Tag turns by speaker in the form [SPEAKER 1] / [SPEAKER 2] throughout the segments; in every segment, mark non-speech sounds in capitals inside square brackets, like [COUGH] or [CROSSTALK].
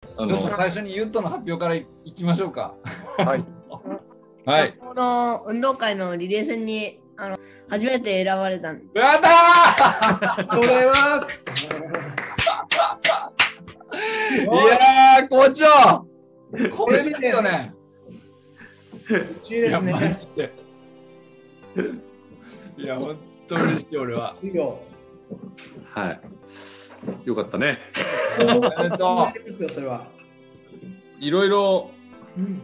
[SPEAKER 1] あ
[SPEAKER 2] ちょっと
[SPEAKER 1] の
[SPEAKER 2] 最初にユットの発表からいいきましょうか。 [LAUGHS]
[SPEAKER 3] はい。
[SPEAKER 1] はい
[SPEAKER 4] この運動会のリレー戦にあの初めて選ばれたんで
[SPEAKER 2] やったー
[SPEAKER 1] これは
[SPEAKER 2] いやー、校長これですよね。
[SPEAKER 5] 嬉しいです
[SPEAKER 2] いやマ
[SPEAKER 5] ね。
[SPEAKER 2] ジでいや、本当嬉しい、俺は。
[SPEAKER 5] いいよ。
[SPEAKER 3] はい。よかったね。
[SPEAKER 2] おめでと
[SPEAKER 5] いですよ、それは。
[SPEAKER 3] いろいろ
[SPEAKER 5] うん。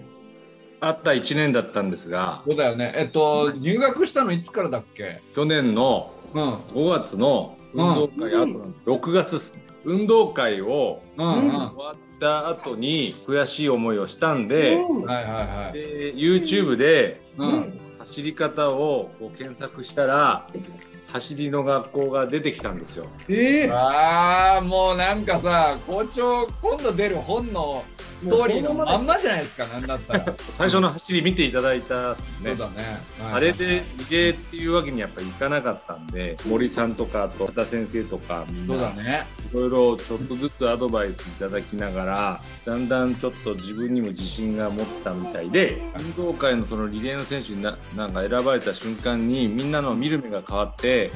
[SPEAKER 3] あった1年だったんですが
[SPEAKER 2] う。、そうだよね。えっと、入学したのいつからだっけ
[SPEAKER 3] 去年の
[SPEAKER 2] うん。
[SPEAKER 3] 5月の運動会、
[SPEAKER 5] うん
[SPEAKER 3] あとなんで6月っす運動会を
[SPEAKER 2] うんうん。は
[SPEAKER 3] 終わった後に悔しい思いをしたんで、
[SPEAKER 2] いはいはい。
[SPEAKER 3] で YouTube で
[SPEAKER 2] うん。
[SPEAKER 3] 走り方をこう検索したら走りの学校が出てきたんですよ。
[SPEAKER 5] ええ
[SPEAKER 2] [LAUGHS] ああ、もうなんかさ、校長、今度出る本のストーリーのまんまじゃないですか、なんだ
[SPEAKER 3] [LAUGHS]
[SPEAKER 2] ったら。そ
[SPEAKER 3] 最初の走り見ていただいたっすね
[SPEAKER 2] うだね。
[SPEAKER 3] あれでリレーっていうわけにやっぱいかなかったんで森さんとかあと畑先生とかみん
[SPEAKER 2] そうだ
[SPEAKER 3] な
[SPEAKER 2] ね。 [LAUGHS]
[SPEAKER 3] いろいろちょっとずつアドバイスいただきながらだんだんちょっと自分にも自信が持ったみたいで運動会のそのリレーの選手にななんか選ばれた瞬間にみんなの見る目が変わって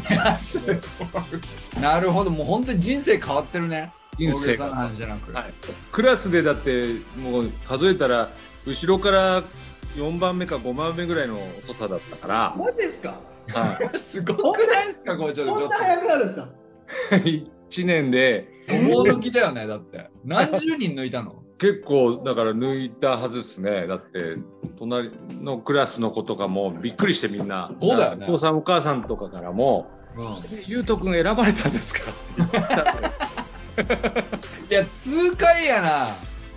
[SPEAKER 2] なるほど、もう本当に人生変わってるね。
[SPEAKER 3] 人
[SPEAKER 2] 大げ
[SPEAKER 3] 生
[SPEAKER 2] さな
[SPEAKER 3] が、
[SPEAKER 2] 話じゃなく。
[SPEAKER 3] はい、クラスでだってもう数えたら後ろから4番目か5番目ぐらいの遅さだったか
[SPEAKER 5] マジですか。
[SPEAKER 3] ら、は
[SPEAKER 2] [LAUGHS]
[SPEAKER 3] い、
[SPEAKER 2] すごくないですか、校長。ち
[SPEAKER 5] こ
[SPEAKER 2] ょ
[SPEAKER 5] ん
[SPEAKER 2] っ
[SPEAKER 5] な早くなるんですか。
[SPEAKER 3] [LAUGHS] 1年で
[SPEAKER 2] と。思う抜きだよね、だって。何十人抜いたの
[SPEAKER 3] 結構だから抜いたはずですねだって隣のクラスの子とかもびっくりしてみんな
[SPEAKER 2] そうだよね
[SPEAKER 3] お父さんお母さんとかからも
[SPEAKER 2] うん。
[SPEAKER 3] 「 [LAUGHS] ゆうとくん選ばれたんですか?」って言ったんで
[SPEAKER 2] いや、痛快やな。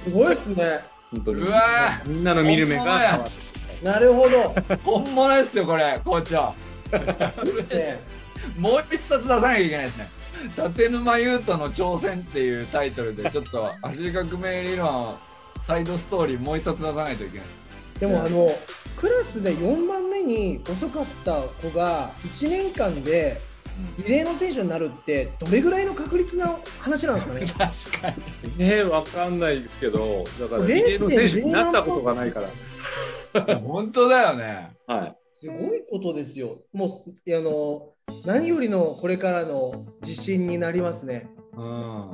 [SPEAKER 5] すごいですね。
[SPEAKER 3] 本当に
[SPEAKER 2] うわ
[SPEAKER 3] みんなの見る目が変わって
[SPEAKER 5] なるほど。
[SPEAKER 2] 本物ですよ、これ、校長。
[SPEAKER 5] ね
[SPEAKER 2] もう一冊出さなきゃいけないですね。立沼優斗の挑戦っていうタイトルで、ちょっと、走り革命理論、サイドストーリーもう一冊出さないといけない。
[SPEAKER 5] でもあのクラスで4番目に遅かった子が1年間でリレーの選手になるってどれぐらいの確率な話なんですか
[SPEAKER 2] [LAUGHS]
[SPEAKER 5] ね
[SPEAKER 2] 確かに。
[SPEAKER 3] ねわかんないですけどだからリレーの選手になったことがないから
[SPEAKER 2] 本当だよね。
[SPEAKER 3] はい
[SPEAKER 5] すごいことですよ。もうあの何よりのこれからの自信になりますね。
[SPEAKER 2] うん。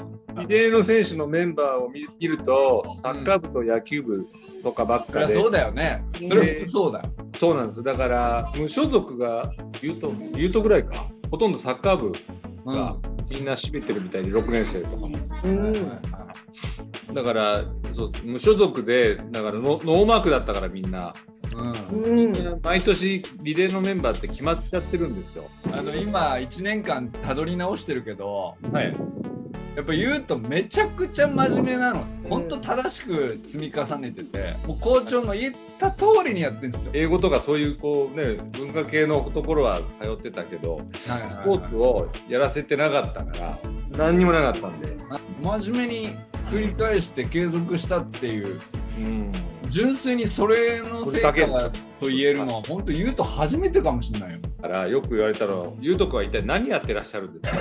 [SPEAKER 3] リレーの選手のメンバーを見見るとサッカー部と野球部とかばっ
[SPEAKER 2] そ
[SPEAKER 3] か
[SPEAKER 2] りゃ
[SPEAKER 3] で
[SPEAKER 2] そうだよね。それは普通そうだよ。
[SPEAKER 3] そうなんですよだから無所属が言うと言うとぐらいかほとんどサッカー部
[SPEAKER 2] うん。
[SPEAKER 3] みんな占めてるみたいで6年生とかも
[SPEAKER 5] うん。
[SPEAKER 3] だからそう無所属でだからノノーマークだったからみんな
[SPEAKER 2] うん
[SPEAKER 5] うん。
[SPEAKER 3] 毎年リレーのメンバーって決まっちゃってるんですよ
[SPEAKER 2] あの今1年間たどり直してるけど
[SPEAKER 3] はい
[SPEAKER 2] やっぱ言うとめちゃくちゃ真面目なのほんと正しく積み重ねててもう校長の言った通りにやってるんですよ、
[SPEAKER 3] 英語とかそういうこうね文化系のところは通ってたけどスポーツをやらせてなかったから何にもなかったんで
[SPEAKER 2] 真面目に繰り返して継続したっていう
[SPEAKER 3] うん
[SPEAKER 2] 純粋にそれの成果だと言えるのは本当言うと初めてかもしれないよ
[SPEAKER 3] だからよく言われたのゆうとくんは一体何やってらっしゃるんですか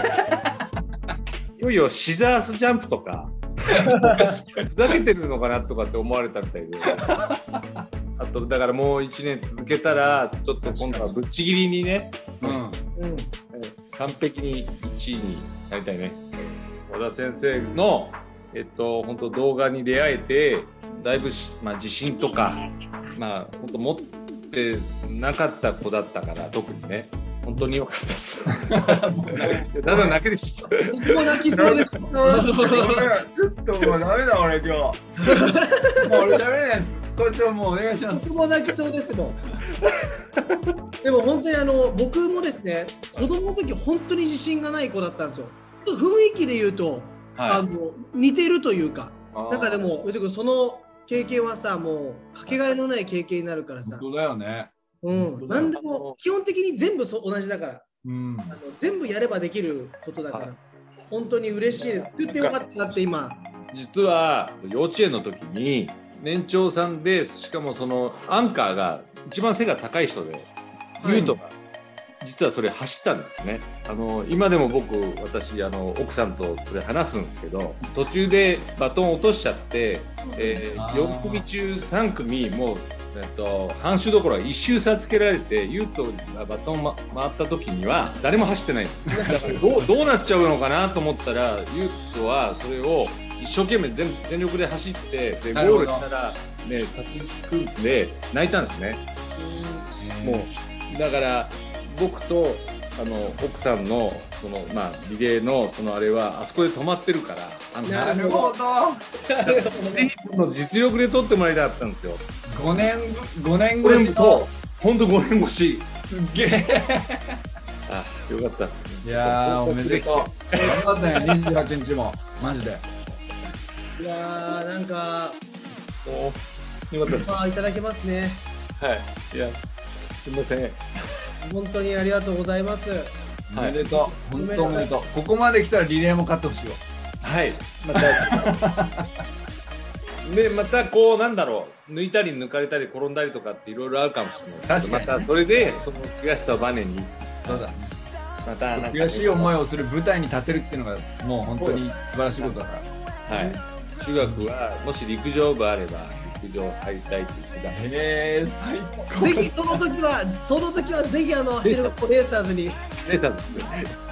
[SPEAKER 3] いよいよシザースジャンプとかふざけてるのかなとかって思われたみたいであとだからもう1年続けたらちょっと今度はぶっちぎりにね
[SPEAKER 2] うん
[SPEAKER 5] うん。
[SPEAKER 3] 完璧に1位になりたいね小田先生のえっと本当動画に出会えてだいぶし、まあ、自信とかまあ本当持ってなかった子だったから特にね本当に良かったですただ泣けてしまう
[SPEAKER 5] 僕も泣きそうです。
[SPEAKER 2] ちょっともうダメだ俺今日もう俺ダメです校長もうお願いします
[SPEAKER 5] 僕も泣きそうですもん。でも本当にあの僕もですね子供の時本当に自信がない子だったんですよ。ちょっと雰囲気で言うと、あの似てるというか。なんかでも、うてくんその経験はさ、もうかけがえのない経験になるからさ、
[SPEAKER 2] 本当だよね
[SPEAKER 5] うん、なんでも基本的に全部そ同じだから
[SPEAKER 2] うん
[SPEAKER 5] あの、全部やればできることだか
[SPEAKER 3] は
[SPEAKER 5] ら、本当に嬉しいです。作ってよかったなって今、
[SPEAKER 3] 実は幼稚園の時に年長さんでしかもそのアンカーが一番背が高い人で、
[SPEAKER 5] い
[SPEAKER 3] ゆうとが実はそれ走ったんですね。あの、今でも僕、私、あの、奥さんとそれ話すんですけど、途中でバトン落としちゃって、え
[SPEAKER 2] あー
[SPEAKER 3] 4組中3組、もう、えっと、半周どころは1周差つけられて、ユートがバトン、ま、回った時には、誰も走ってないんです。だから
[SPEAKER 2] [LAUGHS]
[SPEAKER 3] どう、どうなっちゃうのかなと思ったら、ユートはそれを一生懸命全全力で走って、で、ゴ
[SPEAKER 2] なるほ
[SPEAKER 3] ー
[SPEAKER 2] ど
[SPEAKER 3] ルしたら、ね、立ちつくんで、泣いたんですね。もう、だから、僕と、あの、奥さんの、その、まあ、リレーの、そのあれは、あそこで止まってるから、あの、
[SPEAKER 5] な
[SPEAKER 2] なるほど
[SPEAKER 3] ぜひこの実力で取ってもらいたかったんですよ。
[SPEAKER 2] 5年5年
[SPEAKER 3] こ
[SPEAKER 2] 越
[SPEAKER 3] れ
[SPEAKER 2] しと
[SPEAKER 3] も、ほんと5年越し。
[SPEAKER 2] すっげえ
[SPEAKER 3] あ、よかったですね。
[SPEAKER 2] いやーおめでとう頑張ったよ28日もマジで
[SPEAKER 5] いやー、なんか、
[SPEAKER 3] う。よかったです。
[SPEAKER 5] まあ、いただけますね。
[SPEAKER 3] はい。いや、すいません。
[SPEAKER 5] 本当にありがとうございます。
[SPEAKER 2] お
[SPEAKER 3] はい
[SPEAKER 2] めでとう本当おめでとうここまで来たらリレーも勝ってほしいわ
[SPEAKER 3] はい。また。で、またこう、なんだろう、抜いたり抜かれたり転んだりとかっていろいろあるかもしれない。
[SPEAKER 2] 確かに
[SPEAKER 3] また、それで、その悔しさをバネに、
[SPEAKER 2] そうだ
[SPEAKER 3] またなんかね
[SPEAKER 2] 悔しい思いをする舞台に立てるっていうのがもう本当に素晴らしいことだから
[SPEAKER 3] はい。中学は、もし陸上部あれば、陸上入りたいって言ってた。
[SPEAKER 2] へえ最高
[SPEAKER 5] ぜひ、その時は、その時は、ぜひ、あの、走る学校レーサーズに。
[SPEAKER 3] 姉さんですね。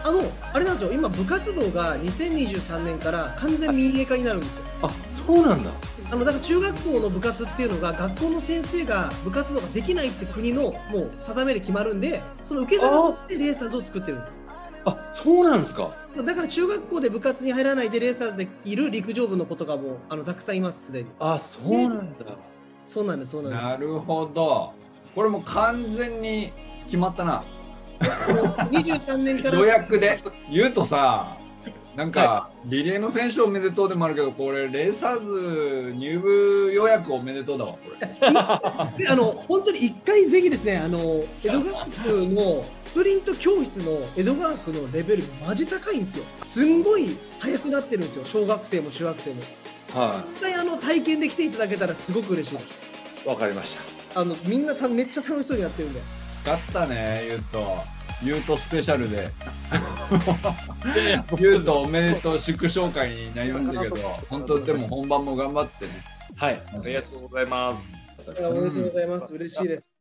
[SPEAKER 5] あの、あれなんですよ、今、部活動が2023年から完全民営化になるんですよ。
[SPEAKER 3] あ、そうなんだ。
[SPEAKER 5] あのだから中学校の部活っていうのが学校の先生が部活動ができないって国のもう定めで決まるんでその受け皿でレーサーズを作ってるんです
[SPEAKER 3] あ、そうなんですか。
[SPEAKER 5] だから中学校で部活に入らないでレーサーズでいる陸上部の子とかもあのたくさんいますすでに
[SPEAKER 3] あ、そうなんだ。
[SPEAKER 5] そうなんですそうなんです
[SPEAKER 2] なるほどこれもう完全に決まったな
[SPEAKER 5] 23年から
[SPEAKER 2] 予約で言うとさなんかリレーの選手おめでとうでもあるけどこれレーサーズ入部予約おめでとうだわこれ
[SPEAKER 5] であの本当に一回ぜひですねあの江戸川区のスプリント教室の江戸川区のレベルマジ高いんですよすんごい速くなってるんですよ小学生も中学生も
[SPEAKER 3] は
[SPEAKER 5] 一回あの体験で来ていただけたらすごく嬉しいです
[SPEAKER 3] い。わかりました。
[SPEAKER 5] あのみんなためっちゃ楽しそうにやってるんで
[SPEAKER 2] だったね言うと言うとスペシャル
[SPEAKER 3] [LAUGHS]
[SPEAKER 2] で言うとおめでとう祝勝会になりましたけど本当でも本番も頑張ってね
[SPEAKER 3] はい、ありがとうございます。
[SPEAKER 5] おめでとうございます嬉しいです